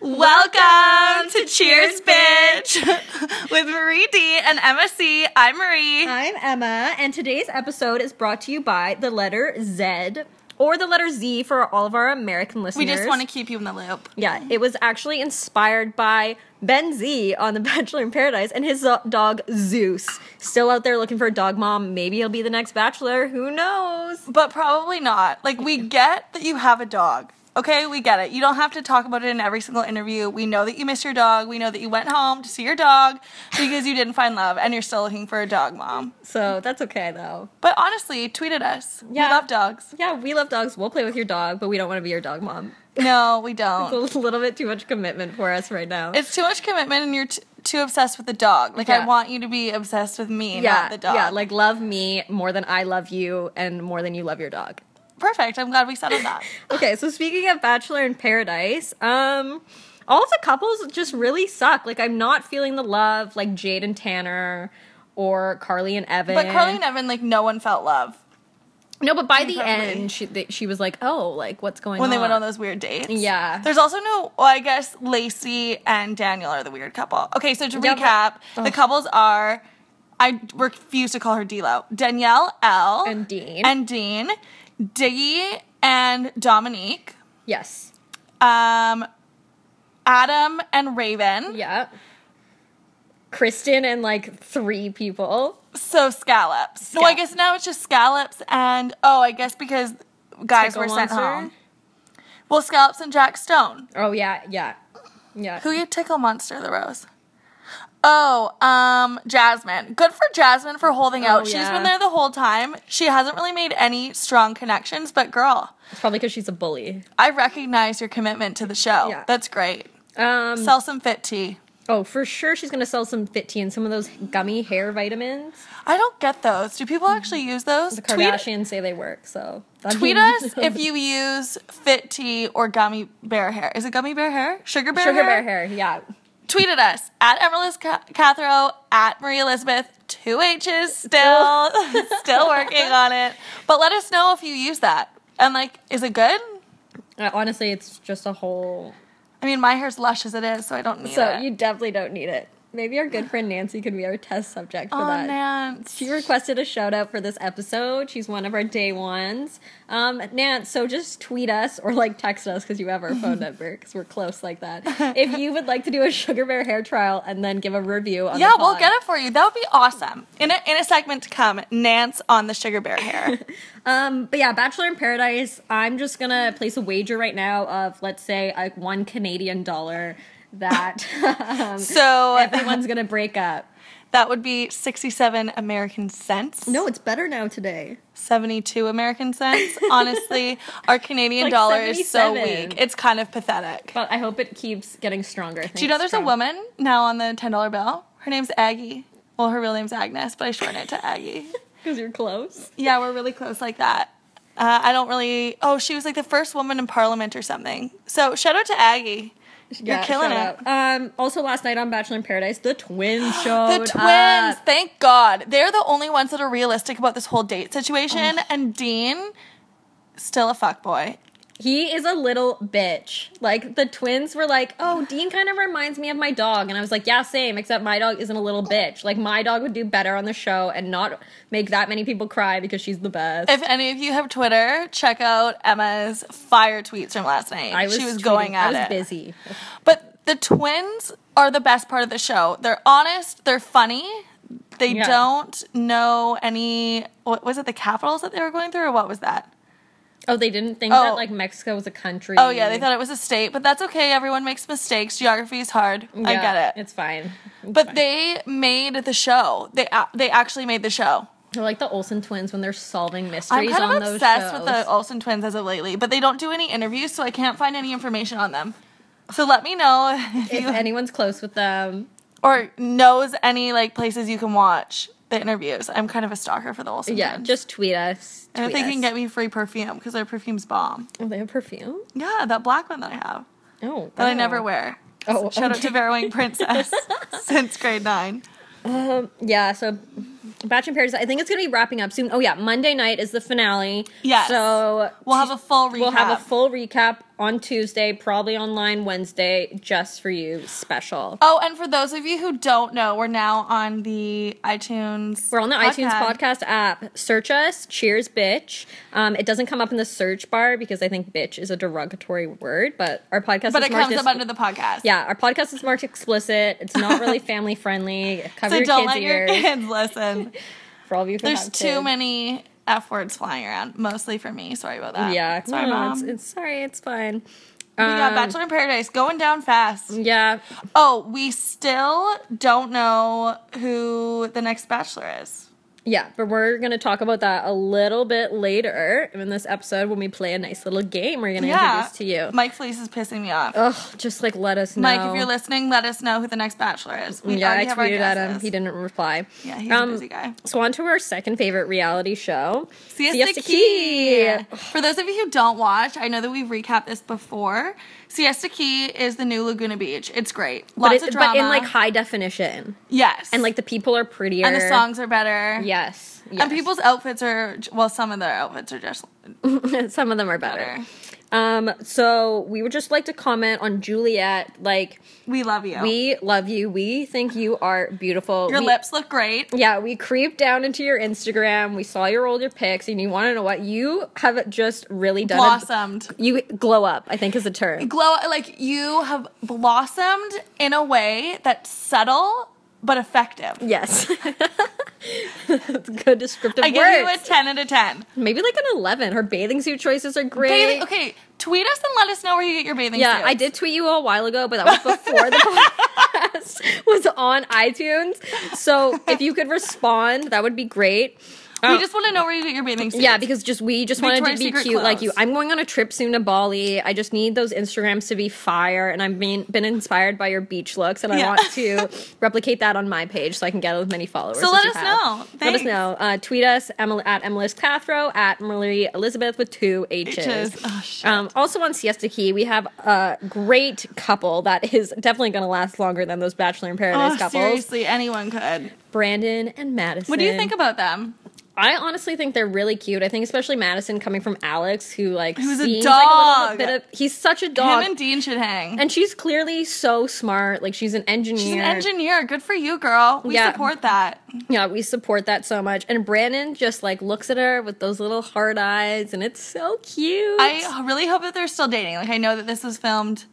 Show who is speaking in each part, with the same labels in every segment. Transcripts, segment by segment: Speaker 1: Welcome to Cheers, Bitch, with Marie D and Emma C. I'm Marie.
Speaker 2: I'm Emma, and today's episode is brought to you by the letter Z or the letter Z for all of our American
Speaker 1: We
Speaker 2: listeners.
Speaker 1: just want to keep you in the loop.
Speaker 2: Yeah, it was actually inspired by Ben Z on The Bachelor in Paradise and his zo- dog Zeus. Still out there looking for a dog mom. Maybe he'll be the next bachelor. Who knows?
Speaker 1: But probably not. Like, we get that you have a dog. Okay, we get it. You don't have to talk about it in every single interview. We know that you miss your dog. We know that you went home to see your dog because you didn't find love and you're still looking for a dog mom.
Speaker 2: So that's okay though.
Speaker 1: But honestly, tweet at us.
Speaker 2: Yeah.
Speaker 1: We love dogs.
Speaker 2: Yeah, we love dogs. We'll play with your dog, but we don't want to be your dog mom.
Speaker 1: No, we
Speaker 2: It's
Speaker 1: don't.
Speaker 2: a little bit too much commitment for us right now.
Speaker 1: It's too much commitment and you're t- too obsessed with the dog. Like, I
Speaker 2: Yeah.
Speaker 1: want you to be obsessed with me, not the dog.
Speaker 2: yeah, like love me more than I love you and more than you love your dog.
Speaker 1: Perfect. I'm glad we settled that.
Speaker 2: Okay, so speaking of Bachelor in Paradise, um, all of the couples just really suck. Like, I'm not feeling the love like Jade and Tanner or Carly and Evan.
Speaker 1: But Carly and Evan, like, no one felt love
Speaker 2: no, but by the
Speaker 1: Probably.
Speaker 2: end, she they, she was like, oh, like what's going
Speaker 1: when
Speaker 2: on?
Speaker 1: they went on those weird dates.
Speaker 2: Yeah.
Speaker 1: There's also no, well, I guess Lacey and Daniel are the weird couple. Okay, so to
Speaker 2: Yeah, but-
Speaker 1: recap, the
Speaker 2: Ugh.
Speaker 1: couples are, I refuse to call her D-Lo, Danielle L.
Speaker 2: And Dean.
Speaker 1: And Dean, Diggy and Dominique,
Speaker 2: yes,
Speaker 1: um, Adam and Raven,
Speaker 2: yeah. Kristen and like three people.
Speaker 1: so Scallops. So I
Speaker 2: Scallops.
Speaker 1: guess now it's just Scallops and, oh, I guess because guys
Speaker 2: Tickle
Speaker 1: were sent
Speaker 2: monster.
Speaker 1: home. Well, Scallops and Jack Stone.
Speaker 2: Oh yeah, yeah, yeah.
Speaker 1: Who you tickle monster the rose? Oh, um, Jasmine. Good for Jasmine for holding out. She's
Speaker 2: Oh, yeah.
Speaker 1: been there the whole time. She hasn't really made any strong connections, but girl,
Speaker 2: It's probably because she's a bully.
Speaker 1: I recognize your commitment to the show.
Speaker 2: Yeah.
Speaker 1: That's great.
Speaker 2: Um,
Speaker 1: Sell some fit tea.
Speaker 2: Oh, for sure she's gonna sell some fit tea and some of those gummy hair vitamins.
Speaker 1: I don't get those. Do people actually use those?
Speaker 2: The
Speaker 1: Tweet,
Speaker 2: Kardashians say they work, so I
Speaker 1: tweet
Speaker 2: mean-
Speaker 1: us if you use fit tea or gummy bear hair. Is it gummy bear hair? Sugar bear
Speaker 2: sugar
Speaker 1: hair?
Speaker 2: bear hair. Yeah,
Speaker 1: tweet at us at Emerlis Ca- Cathro, at Marie Elizabeth, two H's still, still working on it. But let us know if you use that. And like, is it good?
Speaker 2: Uh, honestly, it's just a whole.
Speaker 1: I mean, my hair's lush as it is, so I don't need
Speaker 2: So
Speaker 1: it.
Speaker 2: you definitely don't need it. Maybe our good friend Nancy could be our test subject for
Speaker 1: oh,
Speaker 2: that.
Speaker 1: Nance.
Speaker 2: She requested a shout out for this episode. She's one of our day ones. Um, Nance, so just tweet us or like text us because you have our phone number because we're close like that. If you would like to do a sugar bear hair trial and then give a review on
Speaker 1: Yeah,
Speaker 2: the
Speaker 1: we'll
Speaker 2: pod.
Speaker 1: get it for you. That would be awesome. In a, in a segment to come, Nance on the sugar bear hair.
Speaker 2: Um, but yeah, Bachelor in Paradise. I'm just gonna place a wager right now of let's say like one Canadian dollar that um,
Speaker 1: So
Speaker 2: everyone's gonna break up.
Speaker 1: that would be 67 American cents.
Speaker 2: No, it's better now today.
Speaker 1: 72 American cents. Honestly, our Canadian
Speaker 2: Like
Speaker 1: dollar is so
Speaker 2: 77.
Speaker 1: weak. It's kind of pathetic.
Speaker 2: But I hope it keeps getting stronger.
Speaker 1: Do you know there's a woman now on the ten dollar bill? Her name's Aggie. Well, her real name's Agnes, but I shorten it to Aggie.
Speaker 2: because you're close.
Speaker 1: yeah, we're really close like that. Uh, I don't really. Oh, she was like the first woman in Parliament or something. So shout out to Aggie. You're killing
Speaker 2: shout
Speaker 1: it.
Speaker 2: out. Um, also, last night on Bachelor in Paradise, the twins
Speaker 1: The
Speaker 2: showed
Speaker 1: twins.
Speaker 2: up.
Speaker 1: Thank God, they're the only ones that are realistic about this whole date situation. And Dean, still a fuck boy.
Speaker 2: He is a little bitch. Like the twins were like, "Oh, Dean kind of reminds me of my dog," and I was like, "Yeah, same." Except my dog isn't a little bitch. Like my dog would do better on the show and not make that many people cry because she's the best.
Speaker 1: If any of you have Twitter, check out Emma's fire tweets from last night.
Speaker 2: I was
Speaker 1: she was
Speaker 2: tweeting-
Speaker 1: going at
Speaker 2: I was
Speaker 1: it.
Speaker 2: busy.
Speaker 1: But the twins are the best part of the show. They're honest, they're funny. They
Speaker 2: Yeah.
Speaker 1: don't know any what was it the capitals that they were going through or what was that?
Speaker 2: Oh, they didn't think
Speaker 1: Oh.
Speaker 2: that like Mexico was a country.
Speaker 1: Oh yeah, they thought it was a state, but that's okay. Everyone makes mistakes. Geography is hard. I
Speaker 2: Yeah,
Speaker 1: get it.
Speaker 2: It's fine.
Speaker 1: But they made the show. They a- they actually made the show.
Speaker 2: They're like the Olsen twins when they're solving
Speaker 1: I'm
Speaker 2: mysteries
Speaker 1: kind
Speaker 2: on
Speaker 1: of
Speaker 2: those
Speaker 1: obsessed
Speaker 2: shows.
Speaker 1: with the Olsen twins as of lately, but they don't do any interviews, so I can't find any information on them. So let me know if
Speaker 2: if
Speaker 1: you
Speaker 2: anyone's close with them,
Speaker 1: or knows any like places you can watch the interviews. I'm kind of a stalker for the Olsen.
Speaker 2: yeah,
Speaker 1: twins.
Speaker 2: just tweet us.
Speaker 1: and if
Speaker 2: tweet
Speaker 1: they can
Speaker 2: us.
Speaker 1: get me free perfume because their perfume's bomb.
Speaker 2: oh, they have perfume.
Speaker 1: Yeah, that black one that I have
Speaker 2: Oh,
Speaker 1: that I
Speaker 2: wow.
Speaker 1: never wear.
Speaker 2: Oh,
Speaker 1: shout out to Vera Wang Princess since grade nine.
Speaker 2: Um, yeah, so Batch in Paradise, I think it's going to be wrapping up soon. Oh, yeah, Monday night is the finale.
Speaker 1: Yes.
Speaker 2: So
Speaker 1: We'll have a full recap.
Speaker 2: we'll have a full recap on Tuesday, probably online Wednesday, just for you special.
Speaker 1: Oh, and for those of you who don't know, we're now on the iTunes.
Speaker 2: We're on the iTunes podcast app. Search us. Cheers, bitch. Um, it doesn't come up in the search bar because I think bitch is a derogatory word, but our podcast
Speaker 1: but
Speaker 2: is
Speaker 1: it
Speaker 2: marked
Speaker 1: comes
Speaker 2: as-
Speaker 1: up under the podcast.
Speaker 2: yeah, our podcast is marked explicit. It's not really family friendly. Cover
Speaker 1: so
Speaker 2: your
Speaker 1: don't
Speaker 2: kids'
Speaker 1: let your
Speaker 2: ears
Speaker 1: kids listen.
Speaker 2: for all of you who
Speaker 1: There's
Speaker 2: have
Speaker 1: too
Speaker 2: kids.
Speaker 1: many f words flying around, mostly for me. Sorry about that.
Speaker 2: Yeah,
Speaker 1: sorry,
Speaker 2: no,
Speaker 1: mom.
Speaker 2: It's, it's sorry. It's fine.
Speaker 1: we got
Speaker 2: Um,
Speaker 1: Bachelor in Paradise going down fast.
Speaker 2: Yeah,
Speaker 1: Oh, we still don't know who the next Bachelor is.
Speaker 2: yeah, but we're gonna talk about that a little bit later in this episode when we play a nice little game. We're gonna introduce to you.
Speaker 1: Mike Fleece is pissing me off.
Speaker 2: Oh, just like let us know.
Speaker 1: Mike, if you're listening, let us know who the next Bachelor is. We
Speaker 2: yeah, I
Speaker 1: already have our
Speaker 2: tweeted at him.
Speaker 1: guesses.
Speaker 2: He Um, didn't reply.
Speaker 1: Yeah, he's a busy guy.
Speaker 2: So on to our second favorite reality show,
Speaker 1: Siesta,
Speaker 2: Siesta
Speaker 1: Key.
Speaker 2: Key.
Speaker 1: For those of you who don't watch, I know that we've recapped this before. Siesta Key is the new Laguna Beach. It's great. Lots
Speaker 2: But, it-
Speaker 1: of drama.
Speaker 2: but in like high definition,
Speaker 1: yes,
Speaker 2: and like the people are prettier,
Speaker 1: and the songs are better.
Speaker 2: Yes, yes.
Speaker 1: And people's outfits are well, some of their outfits are just
Speaker 2: some of them are better.
Speaker 1: better.
Speaker 2: Um, so we would just like to comment on Juliet. Like
Speaker 1: We love you.
Speaker 2: we love you. We think you are beautiful.
Speaker 1: Your
Speaker 2: We-
Speaker 1: lips look great.
Speaker 2: Yeah, we creeped down into your Instagram. We saw your older pics, and you want to know what you have just really done. a-
Speaker 1: Blossomed.
Speaker 2: you glow up. I think is the term.
Speaker 1: Glow like you have blossomed in a way that's subtle but effective.
Speaker 2: Yes. That's good descriptive
Speaker 1: I give you a
Speaker 2: words.
Speaker 1: ten out of ten.
Speaker 2: Maybe like an 11. Her bathing suit choices are great.
Speaker 1: Bathing, okay, tweet us and let us know where you get your bathing
Speaker 2: Yeah,
Speaker 1: suit.
Speaker 2: I did tweet you a while ago, but that was before the podcast was on iTunes. So if you could respond, that would be great.
Speaker 1: We
Speaker 2: Um,
Speaker 1: just want to know where you get your bathing suit.
Speaker 2: yeah, because just we just wanted
Speaker 1: Victoria's
Speaker 2: to be
Speaker 1: Secret
Speaker 2: cute like you.
Speaker 1: clothes.
Speaker 2: I'm going on a trip soon to Bali. I just need those Instagrams to be fire, and I've been been inspired by your beach looks, and I
Speaker 1: Yeah.
Speaker 2: want to replicate that on my page so I can get as many followers.
Speaker 1: So
Speaker 2: as
Speaker 1: let
Speaker 2: you
Speaker 1: us
Speaker 2: have.
Speaker 1: know.
Speaker 2: Let us
Speaker 1: Thanks.
Speaker 2: know. Uh, tweet us Emily, at Emily's Cathro at Marie Elizabeth with two H's.
Speaker 1: H's. Oh, shit.
Speaker 2: Um, also on Siesta Key, we have a great couple that is definitely going to last longer than those Bachelor in Paradise
Speaker 1: Oh,
Speaker 2: couples,
Speaker 1: seriously, anyone could.
Speaker 2: Brandon and Madison.
Speaker 1: What do you think about them?
Speaker 2: I honestly think they're really cute. I think especially Madison coming from Alex, who like
Speaker 1: Who's a
Speaker 2: seems like a
Speaker 1: dog.
Speaker 2: little bit of he's such a dog,
Speaker 1: Him and
Speaker 2: and,
Speaker 1: Dean should hang.
Speaker 2: she's clearly so smart. Like she's an engineer.
Speaker 1: She's an engineer. Good for you, girl. We
Speaker 2: Yeah.
Speaker 1: support that.
Speaker 2: Yeah, we support that so much. And Brandon just like looks at her with those little hard eyes, and it's so cute.
Speaker 1: I really hope that they're still dating. Like I know that this was filmed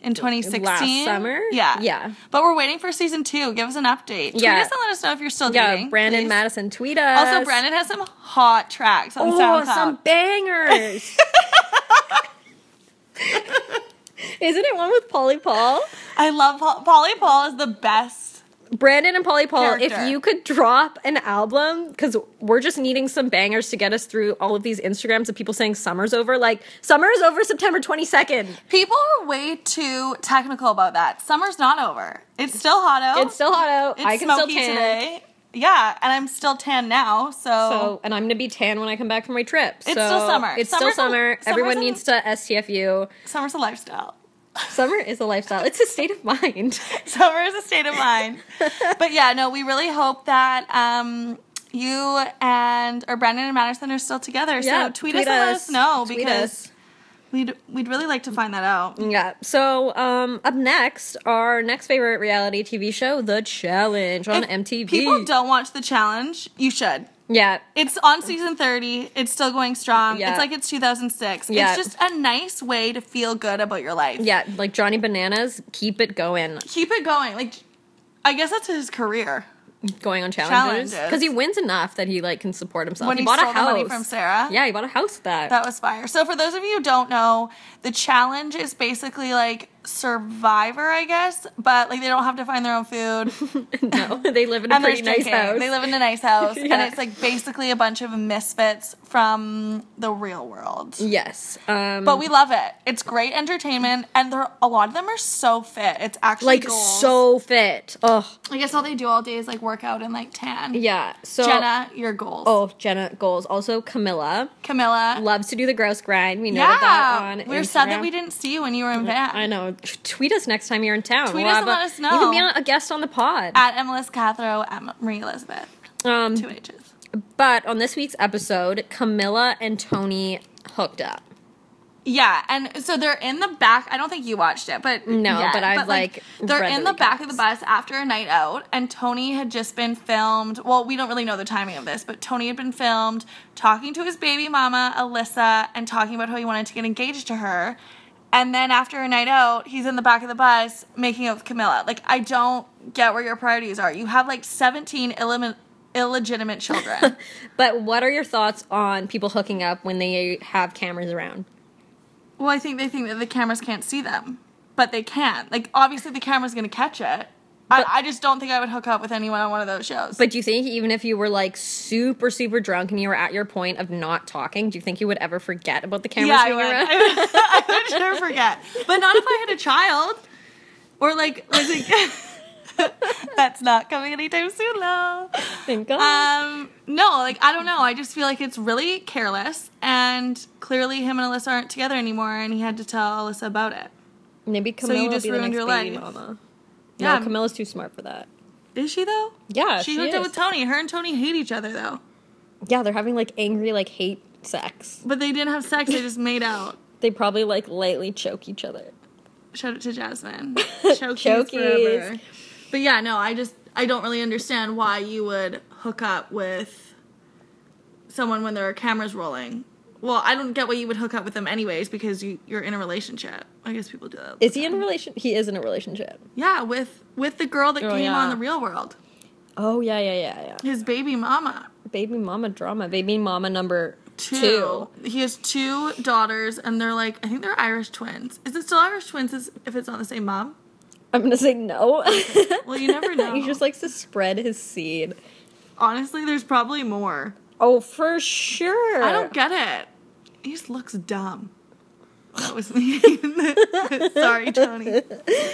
Speaker 1: in 2016
Speaker 2: Last summer?
Speaker 1: Yeah,
Speaker 2: Yeah.
Speaker 1: But we're waiting for season two. Give us an update. Tweet
Speaker 2: Yeah.
Speaker 1: us and let us know if you're still
Speaker 2: yeah,
Speaker 1: dating.
Speaker 2: Brandon
Speaker 1: please.
Speaker 2: Madison tweet us.
Speaker 1: Also, Brandon has some hot tracks on
Speaker 2: Oh,
Speaker 1: SoundCloud.
Speaker 2: some bangers. Isn't it one with Polly Paul?
Speaker 1: I love Paul- Polly Paul is the best.
Speaker 2: Brandon and Polly Paul, if
Speaker 1: Character.
Speaker 2: you could drop an album, because we're just needing some bangers to get us through all of these Instagrams of people saying summer's over. Like, summer is over September 22nd.
Speaker 1: People are way too technical about that. Summer's not over. It's still hot out.
Speaker 2: It's still hot out.
Speaker 1: Oh, It's
Speaker 2: I can still
Speaker 1: smoky
Speaker 2: tan.
Speaker 1: today. Yeah, and I'm still tan now. So,
Speaker 2: So, and I'm going to be tan when I come back from my trip.
Speaker 1: It's
Speaker 2: So,
Speaker 1: still summer.
Speaker 2: It's
Speaker 1: Summer's
Speaker 2: still
Speaker 1: a-
Speaker 2: summer.
Speaker 1: summer's
Speaker 2: Everyone
Speaker 1: a-
Speaker 2: needs to STFU.
Speaker 1: summer's a lifestyle.
Speaker 2: Summer is a lifestyle, it's a state of mind.
Speaker 1: Summer is a state of mind. but yeah, no, we really hope that um, you and or Brandon and Madison are still together. so tweet, us, and let us know
Speaker 2: Tweet
Speaker 1: because
Speaker 2: us.
Speaker 1: we'd we'd really like to find that out.
Speaker 2: Yeah. So, um, up next, our next favorite reality TV show, The Challenge on
Speaker 1: If
Speaker 2: MTV.
Speaker 1: People don't watch the challenge. You should.
Speaker 2: yeah.
Speaker 1: It's on season 30. It's still going strong.
Speaker 2: Yeah.
Speaker 1: It's like it's 2006.
Speaker 2: Yeah.
Speaker 1: It's just a nice way to feel good about your life.
Speaker 2: Yeah, like Johnny Bananas, keep it going,
Speaker 1: Keep it going. Like I guess that's his career.
Speaker 2: going on challenges
Speaker 1: Challenges.
Speaker 2: because he wins enough that he like can support himself.
Speaker 1: When
Speaker 2: he,
Speaker 1: he
Speaker 2: bought
Speaker 1: stole
Speaker 2: a
Speaker 1: the
Speaker 2: house
Speaker 1: money from Sarah.
Speaker 2: Yeah, he bought a house with that.
Speaker 1: That was fire. So for those of you who don't know, the challenge is basically like survivor, I guess, but like they don't have to find their own food
Speaker 2: no, they live in a
Speaker 1: and there's
Speaker 2: pretty nice
Speaker 1: drinking.
Speaker 2: house.
Speaker 1: They live in a nice house and
Speaker 2: Yeah.
Speaker 1: it's like basically a bunch of misfits from the real world.
Speaker 2: yes, um,
Speaker 1: But we love it. It's great entertainment and they're a lot of them are so fit. It's actually
Speaker 2: like
Speaker 1: goals.
Speaker 2: so fit. Oh
Speaker 1: I guess all they do all day is like work out and like tan.
Speaker 2: yeah, so
Speaker 1: Jenna, your goals.
Speaker 2: Oh, Jenna goals. Also, Camilla
Speaker 1: Camilla.
Speaker 2: loves to do the gross grind. We know
Speaker 1: yeah.
Speaker 2: that on.
Speaker 1: We're sad that
Speaker 2: Instagram.
Speaker 1: we didn't see you when you were in Van.
Speaker 2: I know. Tweet us next time you're in town.
Speaker 1: Tweet
Speaker 2: We'll
Speaker 1: us
Speaker 2: have
Speaker 1: and
Speaker 2: a-
Speaker 1: let us
Speaker 2: You can be
Speaker 1: know. Ah.
Speaker 2: on, a guest on the pod.
Speaker 1: at MLS Cathro at Marie Elizabeth.
Speaker 2: Um,
Speaker 1: Two H's.
Speaker 2: but on this week's episode, Camilla and Tony hooked up.
Speaker 1: Yeah, and so they're in the back. I don't think you watched it, but
Speaker 2: No, but I've, like,
Speaker 1: they're
Speaker 2: read
Speaker 1: in
Speaker 2: the
Speaker 1: the back of the bus after a night out, and Tony had just been filmed. Well, we don't really know the timing of this, but Tony had been filmed talking to his baby mama Alyssa and talking about how he wanted to get engaged to her. And then after a night out, he's in the back of the bus making out with Camilla. Like I don't get where your priorities are. You have like seventeen illimi- illegitimate children.
Speaker 2: But what are your thoughts on people hooking up when they have cameras around?
Speaker 1: Well, I think they think that the cameras can't see them, but they can. Like, obviously, the camera's gonna catch it. I, I just don't think I would hook up with anyone on one of those shows.
Speaker 2: But do you think even if you were like super super drunk and you were at your point of not talking, do you think you would ever forget about the cameras
Speaker 1: yeah, I
Speaker 2: being
Speaker 1: would.
Speaker 2: around?
Speaker 1: I would, I would sure forget. But not if I had a child, or like, was it- that's not coming anytime soon, though.
Speaker 2: Thank God.
Speaker 1: Um, no, like I don't know. I just feel like it's really careless, and clearly, him and Alyssa aren't together anymore, and he had to tell Alyssa about it.
Speaker 2: Maybe Camilla
Speaker 1: you
Speaker 2: will
Speaker 1: just
Speaker 2: be the
Speaker 1: ruined
Speaker 2: next
Speaker 1: your
Speaker 2: baby
Speaker 1: life.
Speaker 2: mama.
Speaker 1: Yeah.
Speaker 2: No, Camilla's too smart for that.
Speaker 1: Is she though?
Speaker 2: Yeah,
Speaker 1: she
Speaker 2: she
Speaker 1: hooked up
Speaker 2: is.
Speaker 1: with Tony. Her and Tony hate each other though.
Speaker 2: Yeah, they're having like angry like hate sex.
Speaker 1: But they didn't have sex, they just made out.
Speaker 2: They probably like lightly choke each other.
Speaker 1: Shout out to Jasmine. Chokies. forever.
Speaker 2: Chokies.
Speaker 1: But yeah, no, I just I don't really understand why you would hook up with someone when there are cameras rolling. Well, I don't get why you would hook up with them anyways because you, you're in a relationship. I guess people do that.
Speaker 2: Is he in a relation? He is in a relationship.
Speaker 1: Yeah, with with the girl that
Speaker 2: Oh,
Speaker 1: came
Speaker 2: yeah.
Speaker 1: on the real world.
Speaker 2: Oh yeah, yeah, yeah, yeah.
Speaker 1: His baby mama.
Speaker 2: Baby mama drama. Baby mama number two.
Speaker 1: Two. He has two daughters and they're like I think they're Irish twins. Is it still Irish twins if it's not the same mom?
Speaker 2: I'm gonna say no.
Speaker 1: Well, you never know.
Speaker 2: he just likes to spread his seed.
Speaker 1: Honestly, there's probably more.
Speaker 2: Oh, for sure.
Speaker 1: I don't get it. He just looks dumb. That was me. Sorry, Tony.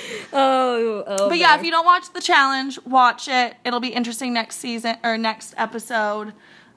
Speaker 2: Oh, oh.
Speaker 1: But yeah, if you don't watch the challenge, watch it. It'll be interesting next season or next episode.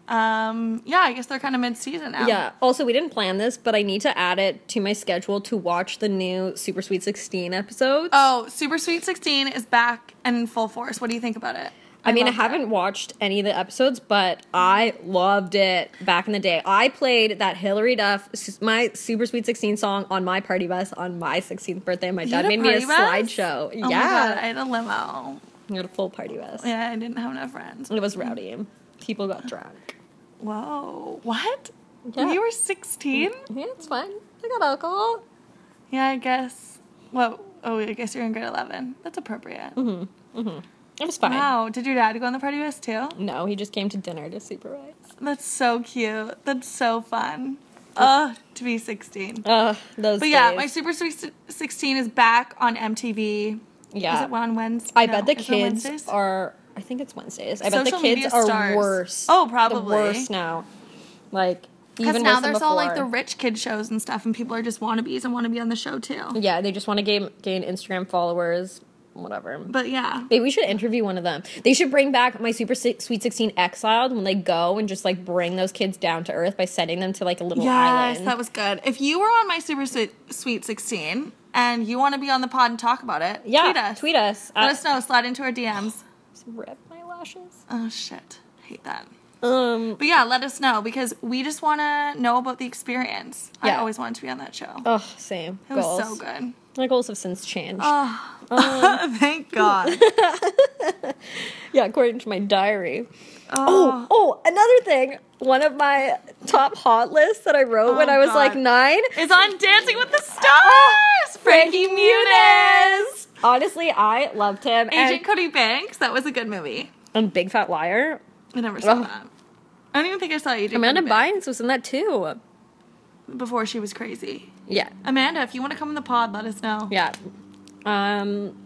Speaker 1: Um, yeah, I guess they're kind of mid-season now.
Speaker 2: Yeah. Also, we didn't plan this, but I need to add it to my schedule to watch the new Super Sweet 16 episodes.
Speaker 1: Oh, Super Sweet 16 is back and in full force. What do you think about it?
Speaker 2: I, mean, I
Speaker 1: love that.
Speaker 2: haven't watched any of the episodes, but I loved it back in the day. I played that Hillary Duff, s- my Super Sweet 16 song on my party bus on my 16th birthday. My
Speaker 1: You
Speaker 2: dad
Speaker 1: had
Speaker 2: made me a
Speaker 1: party bus?
Speaker 2: slideshow.
Speaker 1: Oh my God, I
Speaker 2: yeah.
Speaker 1: had a limo.
Speaker 2: I had a full party bus.
Speaker 1: Yeah, I didn't have enough friends.
Speaker 2: It was rowdy. People got drunk.
Speaker 1: Whoa. What?
Speaker 2: Yeah.
Speaker 1: You were 16?
Speaker 2: Yeah, it's fine. I got alcohol.
Speaker 1: Yeah, I guess. Well, oh, I guess you're in grade 11. That's appropriate.
Speaker 2: Mm-hmm. It was fine.
Speaker 1: Wow, did your dad go on the party bus too?
Speaker 2: No, he just came to dinner to supervise.
Speaker 1: That's so cute. That's so fun. Ugh, to be 16.
Speaker 2: Ugh, those
Speaker 1: But yeah,
Speaker 2: days.
Speaker 1: my Super Sweet 16 is back on MTV.
Speaker 2: Yeah.
Speaker 1: Is it on Wednesday?
Speaker 2: I bet the
Speaker 1: is it on
Speaker 2: kids
Speaker 1: Wednesdays?
Speaker 2: are. I think it's Wednesdays. I
Speaker 1: Social
Speaker 2: bet the
Speaker 1: media
Speaker 2: kids are
Speaker 1: stars.
Speaker 2: worse.
Speaker 1: Oh,
Speaker 2: The
Speaker 1: probably.
Speaker 2: worse now. Like
Speaker 1: Because
Speaker 2: even
Speaker 1: now
Speaker 2: worse than
Speaker 1: there's all like the
Speaker 2: before.
Speaker 1: rich kid shows and stuff, and people are just wannabes and want to be on the show too.
Speaker 2: yeah. They just want to gain gain Instagram followers, whatever.
Speaker 1: But yeah.
Speaker 2: Maybe we should interview one of them. They should bring back my Super Si- Sweet Sixteen Exiled when they go and just like bring those kids down to earth by sending them to like a little
Speaker 1: Yes,
Speaker 2: island.
Speaker 1: that was good. If you were on my Super Sweet, Sweet 16 and you want to be on the pod and talk about it,
Speaker 2: yeah,
Speaker 1: tweet us.
Speaker 2: Tweet us.
Speaker 1: Let
Speaker 2: at-
Speaker 1: us know. Slide into our DMs.
Speaker 2: Rip my lashes.
Speaker 1: Oh shit, hate that.
Speaker 2: Um.
Speaker 1: But yeah, let us know because we just want to know about the experience. I
Speaker 2: Yeah.
Speaker 1: always wanted to be on that show.
Speaker 2: Oh, same.
Speaker 1: It was
Speaker 2: goals.
Speaker 1: so good. Uh,
Speaker 2: My goals have since changed. Um,
Speaker 1: Thank God.
Speaker 2: yeah, according to my diary.
Speaker 1: Oh,
Speaker 2: Oh, oh, another thing. One of my top hot lists that I wrote when
Speaker 1: Oh,
Speaker 2: I was like
Speaker 1: God.
Speaker 2: nine.
Speaker 1: it's on Dancing with the Stars. Frankie Muniz,
Speaker 2: Honestly, I loved him.
Speaker 1: Agent
Speaker 2: And,
Speaker 1: Cody Banks. That was a good movie.
Speaker 2: and Big Fat Liar.
Speaker 1: I never saw
Speaker 2: Oh.
Speaker 1: that. I don't even think I saw Agent.
Speaker 2: Amanda
Speaker 1: Cody Banks
Speaker 2: Bynes was in that too.
Speaker 1: before she was crazy.
Speaker 2: Yeah.
Speaker 1: Amanda, if you want to come in the pod, let us know.
Speaker 2: Yeah. Um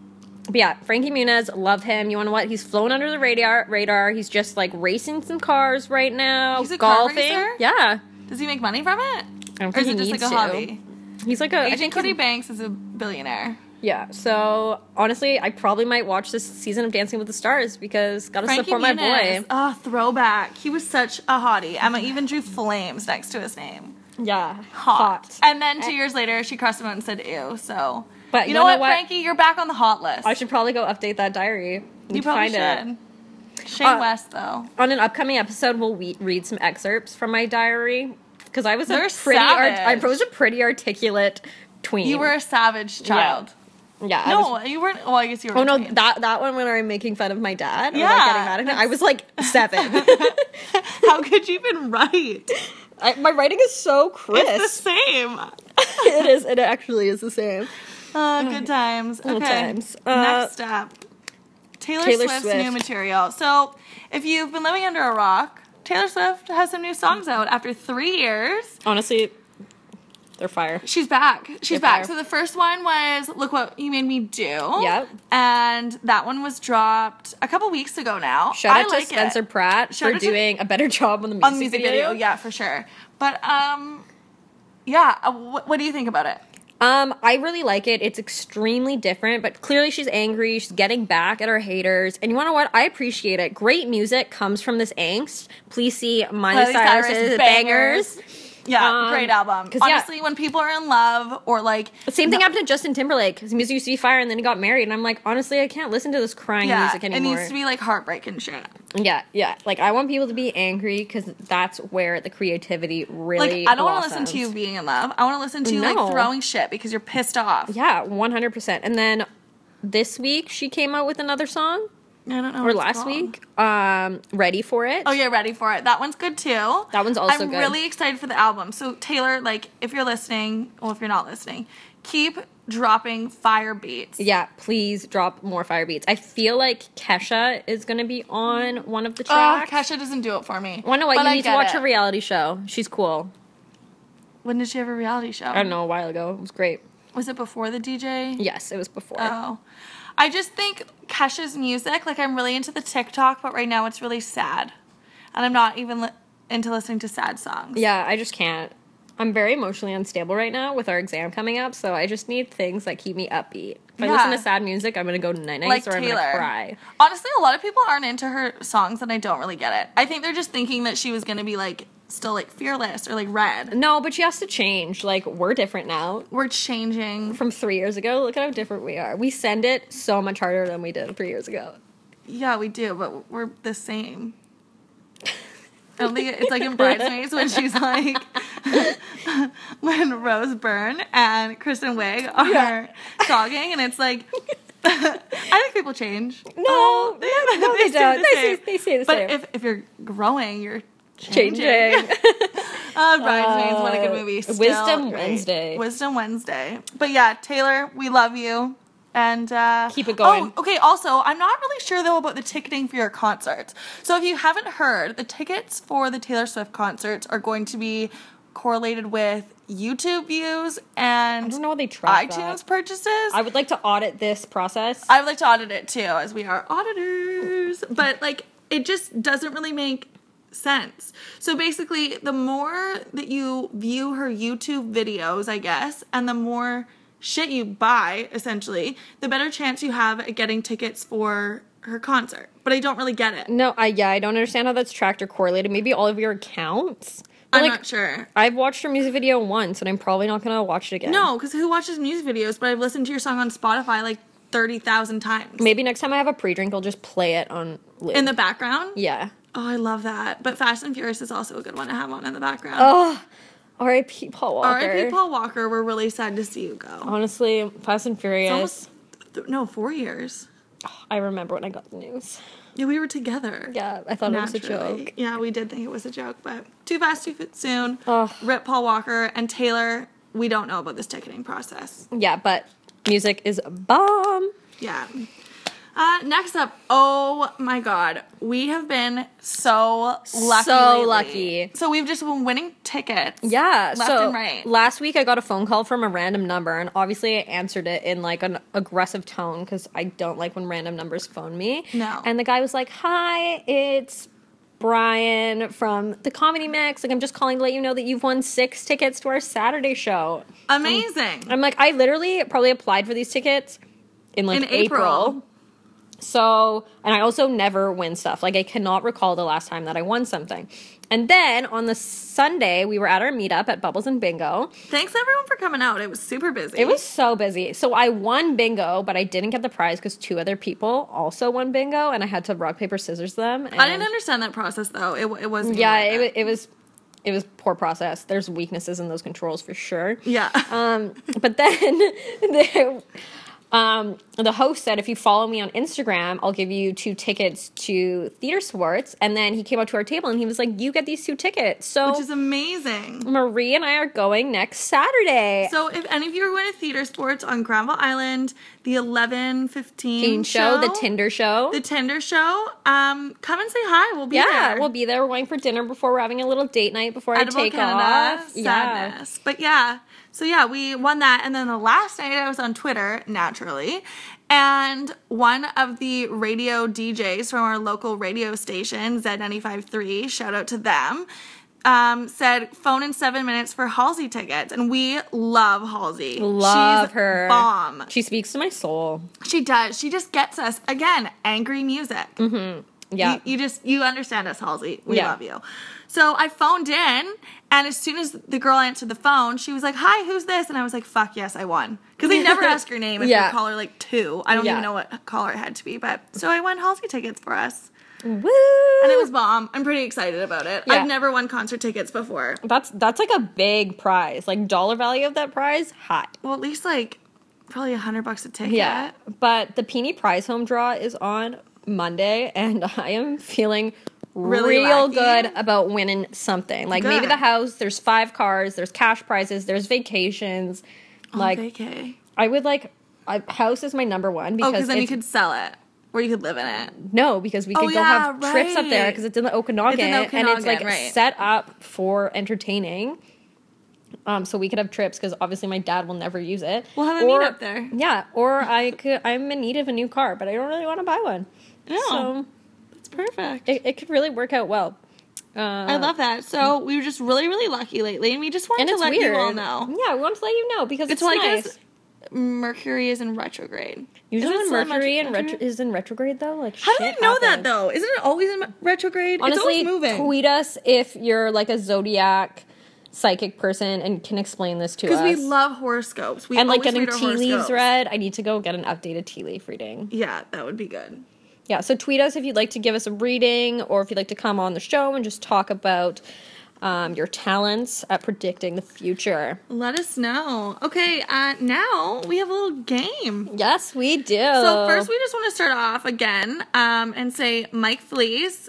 Speaker 2: but yeah, Frankie Muniz, love him. You want to what? He's flown under the radar. Radar. He's just like racing some cars right now.
Speaker 1: He's a car
Speaker 2: golfing.
Speaker 1: racer?
Speaker 2: Yeah.
Speaker 1: Does he make money from it,
Speaker 2: I don't
Speaker 1: or is it
Speaker 2: think
Speaker 1: just
Speaker 2: he
Speaker 1: like a
Speaker 2: needs to.
Speaker 1: hobby?
Speaker 2: He's like a. I
Speaker 1: Agent
Speaker 2: think
Speaker 1: Cody
Speaker 2: he's-
Speaker 1: Banks is a billionaire.
Speaker 2: yeah. So honestly, I probably might watch this season of Dancing with the Stars because gotta support my
Speaker 1: Muniz.
Speaker 2: boy.
Speaker 1: Oh, throwback. He was such a hottie. Emma even drew flames next to his name.
Speaker 2: Yeah,
Speaker 1: Hot.
Speaker 2: hot.
Speaker 1: And then two years later, she crossed him out and said, ew. So,
Speaker 2: But
Speaker 1: you know, what, Frankie? You're back on the hot list.
Speaker 2: I should probably go update that diary.
Speaker 1: you
Speaker 2: and
Speaker 1: probably
Speaker 2: it.
Speaker 1: should. Shane
Speaker 2: Uh,
Speaker 1: West, though.
Speaker 2: On an upcoming episode, we'll we- read some excerpts from my diary. because I was a
Speaker 1: They're
Speaker 2: pretty art- I
Speaker 1: savage.
Speaker 2: was a pretty articulate tween.
Speaker 1: You were a savage child.
Speaker 2: yeah. I
Speaker 1: No,
Speaker 2: was-
Speaker 1: you weren't. Well, I guess you were.
Speaker 2: oh no,
Speaker 1: between.
Speaker 2: that that one when I was making fun of my dad. Yeah,
Speaker 1: Yeah,
Speaker 2: like getting mad at him. I was like seven.
Speaker 1: How could you even write?
Speaker 2: I, my writing is so
Speaker 1: It's
Speaker 2: crisp.
Speaker 1: the same.
Speaker 2: it is. It actually is the same.
Speaker 1: Uh, good times. Okay.
Speaker 2: times. Uh,
Speaker 1: Next up, Taylor,
Speaker 2: Taylor
Speaker 1: Swift's
Speaker 2: Swift.
Speaker 1: new material. So, if you've been living under a rock, Taylor Swift has some new songs out after three years.
Speaker 2: Honestly, they're fire.
Speaker 1: She's back. She's
Speaker 2: Good for
Speaker 1: back.
Speaker 2: her.
Speaker 1: So the first one was "Look What You Made Me Do."
Speaker 2: Yep.
Speaker 1: And that one was dropped a couple weeks ago now.
Speaker 2: Shout
Speaker 1: I
Speaker 2: out
Speaker 1: like
Speaker 2: to Spencer
Speaker 1: it.
Speaker 2: Pratt
Speaker 1: Shout
Speaker 2: for
Speaker 1: out to-
Speaker 2: doing a better job on the music,
Speaker 1: on the music video. Yeah, for sure. But um, yeah. uh, wh- what do you think about it?
Speaker 2: Um, I really like it. It's extremely different, but clearly she's angry. She's getting back at her haters, and you want to know what? I appreciate it. Great music comes from this angst. Please see
Speaker 1: Miley
Speaker 2: Miley
Speaker 1: Cyrus
Speaker 2: Cyrus's
Speaker 1: bangers.
Speaker 2: bangers.
Speaker 1: Yeah,
Speaker 2: Um,
Speaker 1: great album.
Speaker 2: 'cause, yeah.
Speaker 1: Honestly, when people are in love or like
Speaker 2: Same thing happened to Justin Timberlake. His music used to be fire, and then he got married. And I'm like, honestly, I can't listen to this crying
Speaker 1: yeah,
Speaker 2: music
Speaker 1: it
Speaker 2: anymore.
Speaker 1: needs to be like heartbreak and shit.
Speaker 2: yeah, yeah. Like I want people to be angry because that's where the creativity
Speaker 1: Like
Speaker 2: really.
Speaker 1: I don't want to
Speaker 2: blossoms.
Speaker 1: listen to you being in love. I want to listen to you
Speaker 2: No.
Speaker 1: like throwing shit because you're pissed off.
Speaker 2: Yeah, one hundred percent. And then this week she came out with another song,
Speaker 1: I don't know. what
Speaker 2: or
Speaker 1: it's
Speaker 2: last
Speaker 1: called.
Speaker 2: week. Um, ready for it?
Speaker 1: Oh yeah, ready for it. That one's good too.
Speaker 2: That one's also
Speaker 1: I'm
Speaker 2: good.
Speaker 1: really excited for the album. So Taylor, like, if you're listening, well, if you're not listening, keep dropping fire beats.
Speaker 2: Yeah, please drop more fire beats. I feel like Kesha is gonna be on one of the
Speaker 1: Oh,
Speaker 2: tracks.
Speaker 1: Kesha doesn't do it for me.
Speaker 2: Well, no, what?
Speaker 1: But
Speaker 2: You
Speaker 1: I
Speaker 2: need to
Speaker 1: get
Speaker 2: watch
Speaker 1: it.
Speaker 2: her reality show. She's cool.
Speaker 1: When did she have a reality show?
Speaker 2: I don't know, a while ago. It was great.
Speaker 1: Was it before the DJ?
Speaker 2: Yes, it was before.
Speaker 1: Oh. I just think Kesha's music, like I'm really into the TikTok, but right now it's really sad. And I'm not even li- into listening to sad songs.
Speaker 2: Yeah, I just can't. I'm very emotionally unstable right now with our exam coming up, so I just need things that keep me upbeat. If I
Speaker 1: Yeah.
Speaker 2: listen to sad music, I'm gonna go night
Speaker 1: Like
Speaker 2: nights or I'm
Speaker 1: Taylor.
Speaker 2: gonna cry.
Speaker 1: Honestly, a lot of people aren't into her songs and I don't really get it. I think they're just thinking that she was going to be like still like fearless or like red.
Speaker 2: No, but she has to change. Like we're different now.
Speaker 1: We're changing.
Speaker 2: From three years ago, look at how different we are. We send it so much harder than we did three years ago.
Speaker 1: Yeah, we do, but we're the same. I don't think it's like in Bridesmaids when she's like, when Rose Byrne and Kristen Wiig are talking, and it's like, I think people change. Oh,
Speaker 2: No, no, they
Speaker 1: stay
Speaker 2: don't.
Speaker 1: the
Speaker 2: They
Speaker 1: same.
Speaker 2: stay- they stay the
Speaker 1: but
Speaker 2: same.
Speaker 1: if if you're growing, you're
Speaker 2: changing.
Speaker 1: Uh, Bridesmaids, what a good movie.
Speaker 2: Uh,
Speaker 1: Still
Speaker 2: Wisdom
Speaker 1: great.
Speaker 2: Wednesday.
Speaker 1: Wisdom Wednesday. But yeah, Taylor, we love you. And uh,
Speaker 2: Keep it going.
Speaker 1: Oh, okay. Also, I'm not really sure though about the ticketing for your concerts. So if you haven't heard, the tickets for the Taylor Swift concerts are going to be correlated with YouTube views and
Speaker 2: I don't know what they track.
Speaker 1: iTunes
Speaker 2: that.
Speaker 1: purchases.
Speaker 2: I would like to audit this process.
Speaker 1: I would like to audit it too, as we are auditors. But like, it just doesn't really make sense. So basically, the more that you view her YouTube videos, I guess, and the more shit you buy, essentially, the better chance you have at getting tickets for her concert. But I don't really get it.
Speaker 2: no, I yeah, I don't understand how that's tracked or correlated. Maybe all of your accounts. But,
Speaker 1: I'm
Speaker 2: like,
Speaker 1: not sure.
Speaker 2: I've watched her music video once, and I'm probably not gonna watch it again.
Speaker 1: No, because who watches music videos? But I've listened to your song on Spotify like 30,000 times.
Speaker 2: Maybe next time I have a pre-drink, I'll just play it on. Loop.
Speaker 1: In the background?
Speaker 2: yeah.
Speaker 1: Oh, I love that. But Fast and Furious is also a good one to have on in the background.
Speaker 2: Oh, R.I.P. Paul Walker.
Speaker 1: R.I.P. Paul Walker. We're really sad to see you
Speaker 2: Oh,
Speaker 1: go.
Speaker 2: Honestly, Fast and Furious.
Speaker 1: Almost, th- no, four years.
Speaker 2: I remember when I got the news.
Speaker 1: Yeah, we were together.
Speaker 2: Yeah, I thought it was a
Speaker 1: naturally.
Speaker 2: joke.
Speaker 1: Yeah, we did think it was a joke, but too fast, too f- soon.
Speaker 2: Ugh.
Speaker 1: Rip Paul Walker and Taylor. We don't know about this ticketing process.
Speaker 2: Yeah, but music is bomb.
Speaker 1: Yeah. Uh, next up, oh my God, we have been so lucky.
Speaker 2: So
Speaker 1: lately.
Speaker 2: lucky.
Speaker 1: So we've just been winning tickets.
Speaker 2: Yeah.
Speaker 1: left
Speaker 2: so
Speaker 1: and right.
Speaker 2: last week I got a phone call from a random number, and obviously I answered it in like an aggressive tone because I don't like when random numbers phone me.
Speaker 1: No.
Speaker 2: And the guy was like, "Hi, it's." Brian from the Comedy Mix. Like, I'm just calling to let you know that you've won six tickets to our Saturday show.
Speaker 1: Amazing.
Speaker 2: I'm like, I literally probably applied for these tickets in like
Speaker 1: In April.
Speaker 2: April. So, and I also never win stuff. Like, I cannot recall the last time that I won something. And then on the Sunday, we were at our meetup at Bubbles and Bingo.
Speaker 1: Thanks everyone for coming out. It was super busy.
Speaker 2: It was so busy. So I won bingo, but I didn't get the prize because two other people also won bingo, and I had to rock paper scissors them. And
Speaker 1: I didn't understand that process though. It, w- it wasn't.
Speaker 2: Yeah,
Speaker 1: like
Speaker 2: it,
Speaker 1: that.
Speaker 2: wa- it was it was poor process. There's weaknesses in those controls for sure.
Speaker 1: Yeah.
Speaker 2: Um, but then the, um, the host said, if you follow me on Instagram, I'll give you two tickets to Theater Swartz. And then he came up to our table and he was like, you get these two tickets. So
Speaker 1: which is amazing.
Speaker 2: Marie and I are going next Saturday.
Speaker 1: So if any of you are going to theater sports on Granville Island, the eleven fifteen
Speaker 2: Teen show, the Tinder show.
Speaker 1: the Tinder show, um, come and say hi. We'll be
Speaker 2: yeah,
Speaker 1: there.
Speaker 2: we'll be there. We're going for dinner before we're having a little date night before
Speaker 1: Edible
Speaker 2: I take
Speaker 1: Canada,
Speaker 2: off. Yeah.
Speaker 1: Sadness. But yeah, so yeah, we won that. And then the last night I was on Twitter, naturally, and one of the radio DJs from our local radio station, Z953, shout out to them. Um, said phone in seven minutes for Halsey tickets, and we love Halsey.
Speaker 2: Love
Speaker 1: She's
Speaker 2: her.
Speaker 1: Bomb.
Speaker 2: She speaks to my soul.
Speaker 1: She does. She just gets us again. Angry music.
Speaker 2: Yeah.
Speaker 1: You, you just you understand us, Halsey. We
Speaker 2: Yeah.
Speaker 1: love you. So I phoned in, and as soon as the girl answered the phone, she was like, "Hi, who's this?" And I was like, "Fuck yes, I won." Because they never ask your name if
Speaker 2: Yeah.
Speaker 1: you call her like two. I don't
Speaker 2: Yeah.
Speaker 1: even know what caller it had to be, but so I won Halsey tickets for us,
Speaker 2: Woo!
Speaker 1: and it was bomb. I'm pretty excited about it.
Speaker 2: Yeah.
Speaker 1: I've never won concert tickets before.
Speaker 2: That's that's like a big prize. Like dollar value of that prize, hot.
Speaker 1: Well, at least like probably a hundred bucks a ticket.
Speaker 2: Yeah. But the Peony Prize Home Draw is on Monday, and I am feeling
Speaker 1: Really
Speaker 2: real
Speaker 1: wacky?
Speaker 2: good about winning something. Like maybe
Speaker 1: Good.
Speaker 2: the house. There's five cars. There's cash prizes. There's vacations.
Speaker 1: like
Speaker 2: Like
Speaker 1: vacay.
Speaker 2: I would like. I, house is my number one
Speaker 1: Oh,
Speaker 2: because
Speaker 1: because then you
Speaker 2: it's
Speaker 1: could sell it, or you could live in it.
Speaker 2: No, because we could go
Speaker 1: Oh, yeah,
Speaker 2: have trips up there
Speaker 1: right.
Speaker 2: because it's in the Okanagan,
Speaker 1: It's in the
Speaker 2: and it's like
Speaker 1: Okanagan, right.
Speaker 2: set up for entertaining. Um, so we could have trips because obviously my dad will never use it.
Speaker 1: We'll have a
Speaker 2: Or-
Speaker 1: meetup there.
Speaker 2: Yeah, or I could. I'm in need of a new car, but I don't really want to buy one.
Speaker 1: No.
Speaker 2: So
Speaker 1: It's perfect.
Speaker 2: it, it could really work out well. Uh,
Speaker 1: I love that. So we were just really, really lucky lately, and we just wanted
Speaker 2: and
Speaker 1: to
Speaker 2: it's
Speaker 1: let
Speaker 2: weird.
Speaker 1: you all know.
Speaker 2: Yeah, we want to let you know because
Speaker 1: It's,
Speaker 2: it's,
Speaker 1: like
Speaker 2: nice.
Speaker 1: this- Mercury is in retrograde.
Speaker 2: Usually
Speaker 1: Isn't it
Speaker 2: when
Speaker 1: still in
Speaker 2: Mercury and retro-
Speaker 1: retrograde?
Speaker 2: is in retrograde though, like
Speaker 1: How do
Speaker 2: shit
Speaker 1: they know that
Speaker 2: happens.
Speaker 1: though? Isn't it always in retrograde?
Speaker 2: Honestly,
Speaker 1: it's always moving.
Speaker 2: tweet us if you're like a zodiac psychic person and can explain this to us.
Speaker 1: Because we love horoscopes. We
Speaker 2: and like
Speaker 1: always
Speaker 2: getting
Speaker 1: read our
Speaker 2: tea leaves
Speaker 1: horoscopes.
Speaker 2: read. I need to go get an updated tea leaf reading.
Speaker 1: Yeah, that would be good.
Speaker 2: Yeah, so tweet us if you'd like to give us a reading or if you'd like to come on the show and just talk about um, your talents at predicting the future.
Speaker 1: Let us know. Okay, uh, now we have a little game.
Speaker 2: Yes, we do.
Speaker 1: So first, we just want to start off again um, and say, Mike Fleece,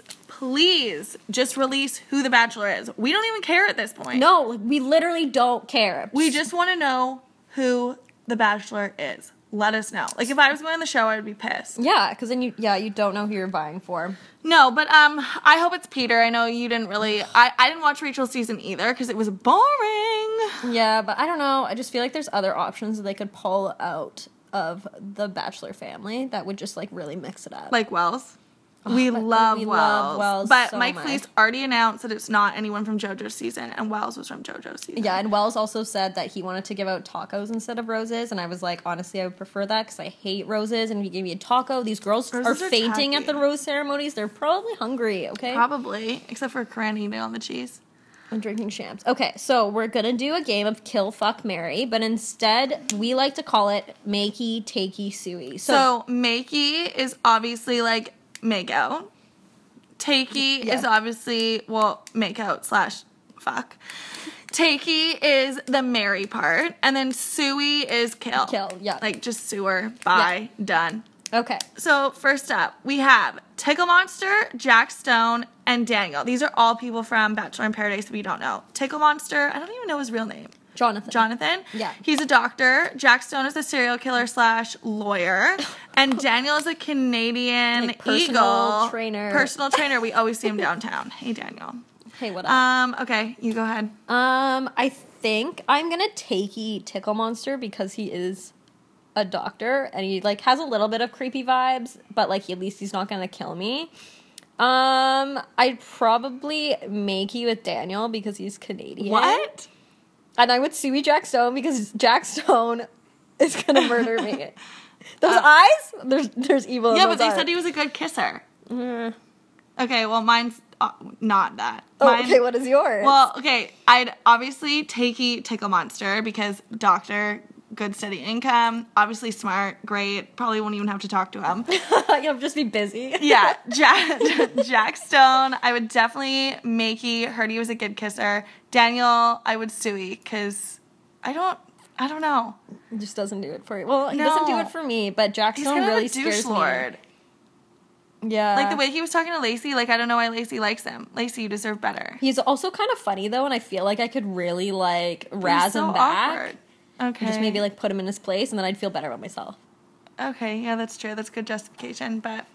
Speaker 1: please just release who the Bachelor is. We don't even care at this point.
Speaker 2: no, we literally don't care.
Speaker 1: We just want to know who the Bachelor is. Let us know. Like if I was going on the show, I would be pissed.
Speaker 2: yeah, because then you yeah you don't know who you're buying for.
Speaker 1: No, but um, I hope it's Peter. I know you didn't really. I I didn't watch Rachel's season either because it was boring.
Speaker 2: Yeah, but I don't know. I just feel like there's other options that they could pull out of the Bachelor family that would just like really mix it up.
Speaker 1: Like Wells. We
Speaker 2: Oh, but
Speaker 1: love
Speaker 2: we
Speaker 1: Wells.
Speaker 2: love Wells
Speaker 1: But
Speaker 2: so
Speaker 1: Mike
Speaker 2: much.
Speaker 1: Fleece already announced that it's not anyone from JoJo's season, and Wells was from JoJo's season.
Speaker 2: yeah, and Wells also said that he wanted to give out tacos instead of roses, and I was like, honestly, I would prefer that because I hate roses. And if you give me a taco, these girls
Speaker 1: Roses
Speaker 2: are
Speaker 1: are
Speaker 2: fainting at
Speaker 1: tacky.
Speaker 2: the rose ceremonies. They're probably hungry. Okay,
Speaker 1: Probably, except for Corinne eating on the cheese.
Speaker 2: I'm drinking shams. Okay, so we're gonna do a game of kill, fuck, Mary, but instead we like to call it makey, takey, suey. So,
Speaker 1: So Makey is obviously like make out. Takey
Speaker 2: Yeah.
Speaker 1: is obviously well make out slash fuck. Takey is the marry part, and then Suey is kill.
Speaker 2: Kill, yeah.
Speaker 1: Like just sewer, bye, done.
Speaker 2: okay,
Speaker 1: So first up, we have Tickle Monster, Jack Stone, and Daniel. These are all people from Bachelor in Paradise we don't know. Tickle Monster, I don't even know his real name.
Speaker 2: Jonathan.
Speaker 1: Jonathan.
Speaker 2: Yeah.
Speaker 1: He's a doctor. Jack Stone is a serial killer slash lawyer. And Daniel is a Canadian
Speaker 2: Like personal
Speaker 1: eagle.
Speaker 2: trainer.
Speaker 1: Personal trainer. We always see him downtown. Hey, Daniel.
Speaker 2: Hey, what up?
Speaker 1: Um, okay, you go ahead.
Speaker 2: Um, I think I'm gonna takey Tickle Monster because he is a doctor and he like has a little bit of creepy vibes, but like at least he's not gonna kill me. Um, I'd probably makey with Daniel because he's Canadian.
Speaker 1: What?
Speaker 2: And I would sue Jack Stone because Jack Stone is gonna murder me. Those eyes, there's there's evil. in
Speaker 1: Uh, Yeah, but
Speaker 2: those
Speaker 1: they
Speaker 2: eyes.
Speaker 1: said he was a good kisser. Okay, well, mine's uh, not that.
Speaker 2: Mm-hmm. Oh,
Speaker 1: Mine-
Speaker 2: okay, what is yours?
Speaker 1: Well, okay, I'd obviously takey Tickle Monster because doctor good steady income, obviously smart, great, probably won't even have to talk to him.
Speaker 2: You'll just be busy.
Speaker 1: yeah, Jack, Jack Stone. I would definitely Makey. Heard he was a good kisser. Daniel, I would Suey because I don't, I don't know.
Speaker 2: Just doesn't do it for you. Well, he doesn't do
Speaker 1: No.
Speaker 2: it for me, but Jack
Speaker 1: He's
Speaker 2: Stone
Speaker 1: kind
Speaker 2: really
Speaker 1: of a douche
Speaker 2: scares
Speaker 1: lord.
Speaker 2: me. Yeah.
Speaker 1: Like the way he was talking to Lacey, like I don't know why Lacey likes him. Lacey, you deserve better.
Speaker 2: He's also kind of funny though, and I feel like I could really like razz
Speaker 1: He's so
Speaker 2: him back.
Speaker 1: awkward. Okay.
Speaker 2: Just maybe like put him in his place, and then I'd feel better about myself.
Speaker 1: Okay, yeah, that's true. That's good justification, but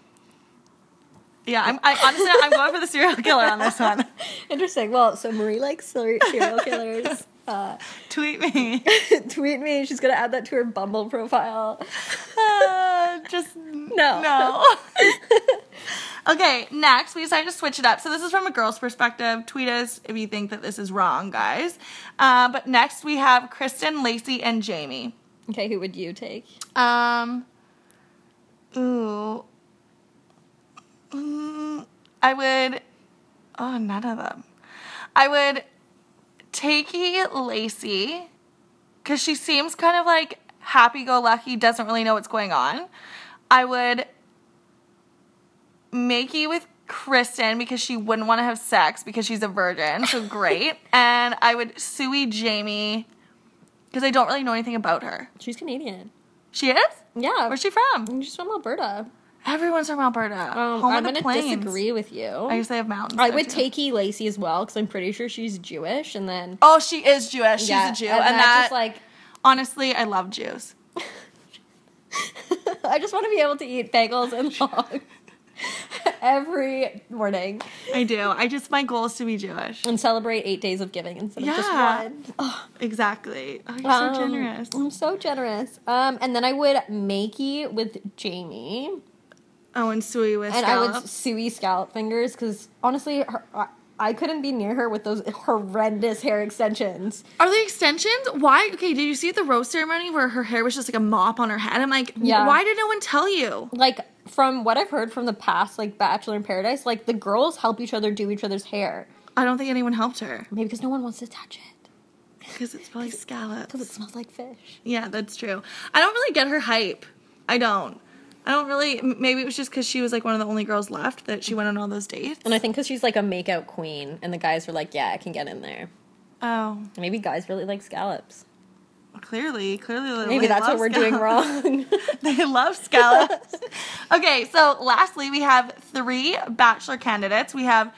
Speaker 1: yeah, I'm I, honestly I'm going for the serial killer on this one.
Speaker 2: Interesting. Well, so Marie likes ser- serial killers. Uh,
Speaker 1: Tweet me.
Speaker 2: tweet me. She's gonna add that to her Bumble profile.
Speaker 1: Uh, just
Speaker 2: No.
Speaker 1: No. okay, next we decided to switch it up. So this is from a girl's perspective. Tweet us if you think that this is wrong, guys. Uh, but next we have Kristen, Lacey, and Jamie.
Speaker 2: Okay, who would you take?
Speaker 1: Um. Ooh. Mm, I would. Oh, none of them. I would take Lacey because she seems kind of like happy go lucky, doesn't really know what's going on. I would make you with Kristen because she wouldn't want to have sex because she's a virgin, so great. and I would suey Jamie because I don't really know anything about her.
Speaker 2: She's Canadian.
Speaker 1: She is?
Speaker 2: Yeah,
Speaker 1: Where's she from?
Speaker 2: she's from Alberta.
Speaker 1: Everyone's from Alberta.
Speaker 2: Um,
Speaker 1: Home
Speaker 2: I'm
Speaker 1: of the
Speaker 2: gonna
Speaker 1: plains.
Speaker 2: disagree with you.
Speaker 1: I
Speaker 2: I,
Speaker 1: guess they have mountains. there,
Speaker 2: would
Speaker 1: too.
Speaker 2: take E. Lacey as well because I'm pretty sure she's Jewish, and then
Speaker 1: Oh, she is Jewish. She's
Speaker 2: Yeah,
Speaker 1: a Jew, and,
Speaker 2: and,
Speaker 1: that.
Speaker 2: that's just
Speaker 1: honestly, I love Jews.
Speaker 2: like I just want to be able to eat bagels and log every morning
Speaker 1: I do. I just my goal is to be Jewish.
Speaker 2: and celebrate eight days of giving instead of just
Speaker 1: Yeah.
Speaker 2: one. Oh,
Speaker 1: Exactly. Oh, you're
Speaker 2: um,
Speaker 1: so generous.
Speaker 2: I'm so generous. Um, and then I would makey with Jamie.
Speaker 1: Oh, and Sui with
Speaker 2: and I would
Speaker 1: scallops.
Speaker 2: suey scallop fingers because honestly, her, I, I couldn't be near her with those horrendous hair extensions.
Speaker 1: Are they extensions? Why? Okay, did you see at the rose ceremony where her hair was just like a mop on her head? I'm like,
Speaker 2: Yeah.
Speaker 1: why did no one tell you?
Speaker 2: Like from what I've heard from the past, like Bachelor in Paradise, like the girls help each other do each other's hair,
Speaker 1: I don't think anyone helped her
Speaker 2: maybe because no one wants to touch it
Speaker 1: because it's probably scallops.
Speaker 2: because it smells like fish.
Speaker 1: Yeah, that's true. I don't really get her hype. I don't. I don't really. m- Maybe it was just because she was like one of the only girls left that she went on all those dates.
Speaker 2: And I think because she's like a makeout queen, and the guys were like, "Yeah, I can get in there."
Speaker 1: Oh,
Speaker 2: And Maybe guys really like scallops.
Speaker 1: clearly, clearly. they
Speaker 2: Maybe that's
Speaker 1: love
Speaker 2: what we're doing
Speaker 1: scallops.
Speaker 2: wrong.
Speaker 1: they love scallops. okay, so lastly, we have three bachelor candidates. We have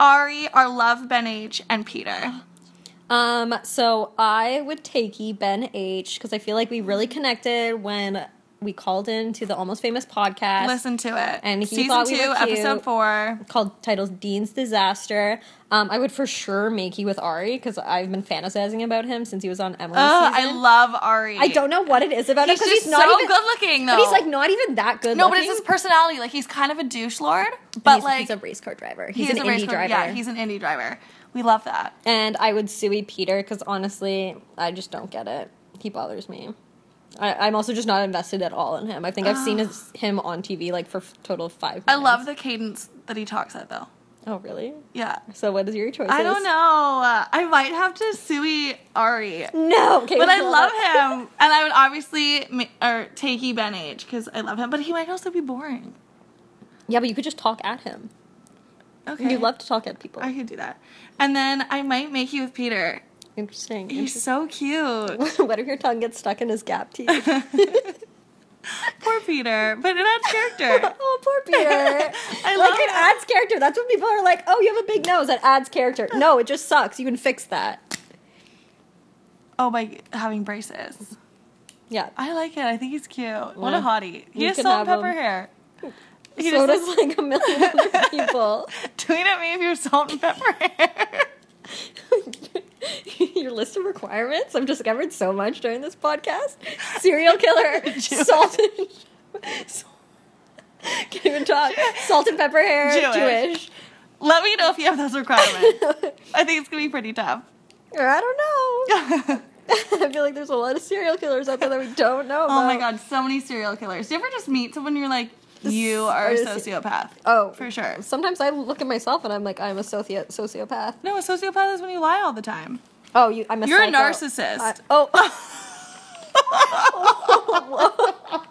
Speaker 1: Ari, our love Ben H, and Peter.
Speaker 2: Um, so I would take E Ben H because I feel like we really connected when we called in to the Almost Famous podcast.
Speaker 1: Listen to it.
Speaker 2: And he
Speaker 1: season
Speaker 2: thought
Speaker 1: two,
Speaker 2: we were cute.
Speaker 1: episode four.
Speaker 2: Called titled Dean's Disaster. Um, I would for sure make you with Ari because I've been fantasizing about him since he was on Emily's
Speaker 1: Ugh, Oh, I
Speaker 2: season.
Speaker 1: love Ari.
Speaker 2: I don't know what it is about him
Speaker 1: He's
Speaker 2: because
Speaker 1: just
Speaker 2: he's not
Speaker 1: so
Speaker 2: even
Speaker 1: good looking, though.
Speaker 2: But he's like not even that good.
Speaker 1: No, but
Speaker 2: looking.
Speaker 1: it's his personality. Like he's kind of a douche lord, but
Speaker 2: he's,
Speaker 1: like
Speaker 2: he's a race car driver.
Speaker 1: he
Speaker 2: He's
Speaker 1: is
Speaker 2: an
Speaker 1: a race
Speaker 2: indie
Speaker 1: car-
Speaker 2: driver.
Speaker 1: Yeah, he's an indie driver. We love that.
Speaker 2: and I would suey Peter because honestly, I just don't get it. He bothers me. I, I'm also just not invested at all in him. I think I've seen his, him on TV like for f- total five. Minutes.
Speaker 1: Ah. I love the cadence that he talks at though.
Speaker 2: Oh really?
Speaker 1: Yeah.
Speaker 2: So what is your choice?
Speaker 1: I don't know. Uh, I might have to sui Ari,
Speaker 2: No, okay,
Speaker 1: but I
Speaker 2: well,
Speaker 1: love him, and I would obviously ma- or takey Ben H because I love him, but he might also be boring.
Speaker 2: Yeah, but you could just talk at him.
Speaker 1: Okay,
Speaker 2: You love to talk at people.
Speaker 1: I could do that, and then I might make you with Peter.
Speaker 2: Interesting.
Speaker 1: He's so cute.
Speaker 2: Interesting. what if your tongue gets stuck in his gap teeth?
Speaker 1: Poor Peter, but it adds character.
Speaker 2: oh, poor Peter.
Speaker 1: I
Speaker 2: like
Speaker 1: love
Speaker 2: it
Speaker 1: it.
Speaker 2: adds character. That's what people are like. Oh, you have a big nose. That adds character. No, it just sucks. You can fix that.
Speaker 1: Oh, by having braces.
Speaker 2: Yeah.
Speaker 1: I like it. I think he's cute. What a
Speaker 2: Yeah.
Speaker 1: hottie. He
Speaker 2: You
Speaker 1: has
Speaker 2: could
Speaker 1: salt and
Speaker 2: have
Speaker 1: pepper
Speaker 2: him.
Speaker 1: hair. He
Speaker 2: so
Speaker 1: just
Speaker 2: does like a million other people.
Speaker 1: tweet at me if you have salt and pepper hair.
Speaker 2: Your list of requirements. I've discovered so much during this podcast. Serial killer,
Speaker 1: Jewish.
Speaker 2: salt and can't even talk. Salt and pepper hair,
Speaker 1: Jewish.
Speaker 2: Jewish.
Speaker 1: Let me know if you have those requirements. I think it's gonna be pretty tough. Oh
Speaker 2: or I don't know. I feel like there's a lot of serial killers out there that we don't know.
Speaker 1: Oh my
Speaker 2: about.
Speaker 1: god, so many serial killers. Do you ever just meet someone you're like, you are a
Speaker 2: is-
Speaker 1: sociopath?
Speaker 2: Oh,
Speaker 1: For sure.
Speaker 2: Sometimes I look at myself and I'm like, I'm a socio- sociopath.
Speaker 1: No, a sociopath is when you lie all the time.
Speaker 2: Oh, you. I'm a.
Speaker 1: You're a
Speaker 2: psycho.
Speaker 1: narcissist.
Speaker 2: I- oh.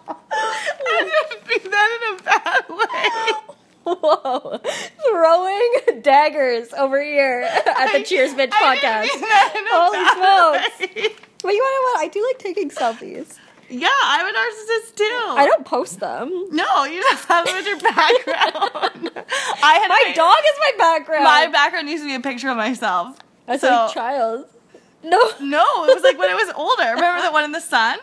Speaker 1: I didn't mean that in a bad way.
Speaker 2: Whoa. Throwing daggers over here at the Cheers Bitch
Speaker 1: I didn't
Speaker 2: podcast.
Speaker 1: mean that in a
Speaker 2: Holy
Speaker 1: bad way.
Speaker 2: But you want to know what? I do like taking selfies.
Speaker 1: Yeah, I'm a narcissist too.
Speaker 2: I don't post them.
Speaker 1: No, you just have it with your background. I had
Speaker 2: My dog is my background.
Speaker 1: My background used to be a picture of myself.
Speaker 2: As
Speaker 1: so-
Speaker 2: a child. No.
Speaker 1: No, it was like when it was older. Remember that one in the sun?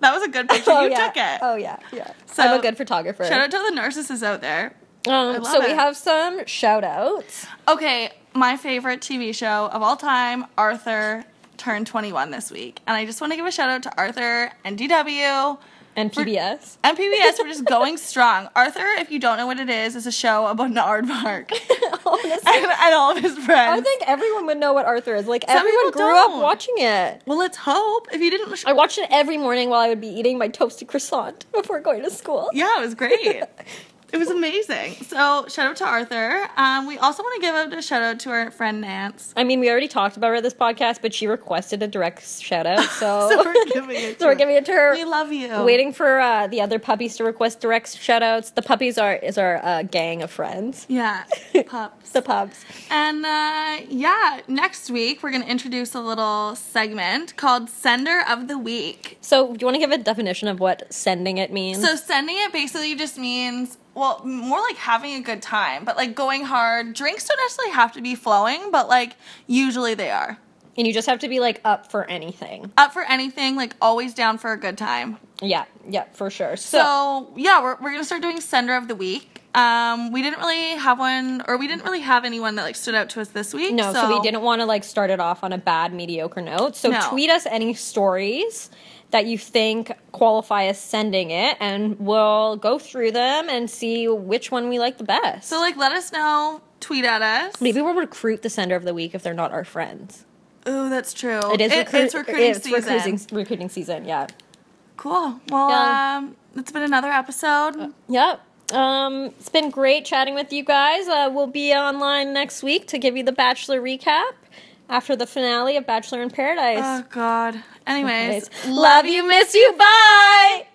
Speaker 1: That was a good picture.
Speaker 2: Oh,
Speaker 1: you
Speaker 2: yeah.
Speaker 1: took it.
Speaker 2: Oh, yeah. Yeah.
Speaker 1: So-
Speaker 2: I'm a good photographer.
Speaker 1: Shout out to the narcissists out there. I
Speaker 2: Um,
Speaker 1: love
Speaker 2: so we
Speaker 1: it.
Speaker 2: have some shout outs.
Speaker 1: Okay, my favorite TV show of all time, Arthur, turned 21 this week. And I just want to give a shout out to Arthur and DW.
Speaker 2: And PBS.
Speaker 1: And PBS for just going strong. Arthur, if you don't know what it is, is a show about an aardvark
Speaker 2: Honestly,
Speaker 1: and, and all of his
Speaker 2: I
Speaker 1: friends.
Speaker 2: think everyone would know what Arthur is. Like,
Speaker 1: Some
Speaker 2: everyone
Speaker 1: people
Speaker 2: grew
Speaker 1: don't.
Speaker 2: up watching it.
Speaker 1: well, let's hope. If you didn't,
Speaker 2: I watched it every morning while I would be eating my toasted croissant before going to school.
Speaker 1: Yeah, it was great. it was amazing. So shout out to Arthur. Um, we also want to give out a shout out to our friend Nance.
Speaker 2: I mean, we already talked about her this podcast, but she requested a direct shout out, so,
Speaker 1: So we're giving it.
Speaker 2: Oh. so we're
Speaker 1: to-
Speaker 2: giving it to her.
Speaker 1: We love you.
Speaker 2: Waiting for uh, the other puppies to request direct shout outs. The puppies are is our uh, gang of friends.
Speaker 1: Yeah, pups.
Speaker 2: The pups.
Speaker 1: And uh, yeah, next week we're gonna introduce a little segment called Sender of the Week.
Speaker 2: So, do you want to give a definition of what sending it means?
Speaker 1: So sending it basically just means well, more like having a good time, but like going hard. Drinks don't necessarily have to be flowing, but like usually they are.
Speaker 2: and you just have to be like up for anything.
Speaker 1: Up for anything, like always down for a good time.
Speaker 2: Yeah, yeah, for sure. So,
Speaker 1: So yeah, we're we're gonna start doing sender of the week. Um, we didn't really have one, or we didn't really have anyone that like stood out to us this week.
Speaker 2: no, so, we didn't want to like start it off on a bad mediocre note. So
Speaker 1: No.
Speaker 2: tweet us any stories that you think qualify as sending it and we'll go through them and see which one we like the best.
Speaker 1: So like, let us know. Tweet at us.
Speaker 2: Maybe we'll recruit the sender of the week if they're not our friends.
Speaker 1: Oh, that's true.
Speaker 2: It is recruit-
Speaker 1: it's recruiting
Speaker 2: it's
Speaker 1: season.
Speaker 2: Recruiting, recruiting season, yeah.
Speaker 1: Cool. Well,
Speaker 2: Yeah. Uh,
Speaker 1: um, it's been another episode.
Speaker 2: Yep. Um, it's been great chatting with you guys. Uh, we'll be online next week to give you the Bachelor recap after the finale of Bachelor in Paradise.
Speaker 1: Oh God. Anyways,
Speaker 2: Anyways, love you, miss you, bye.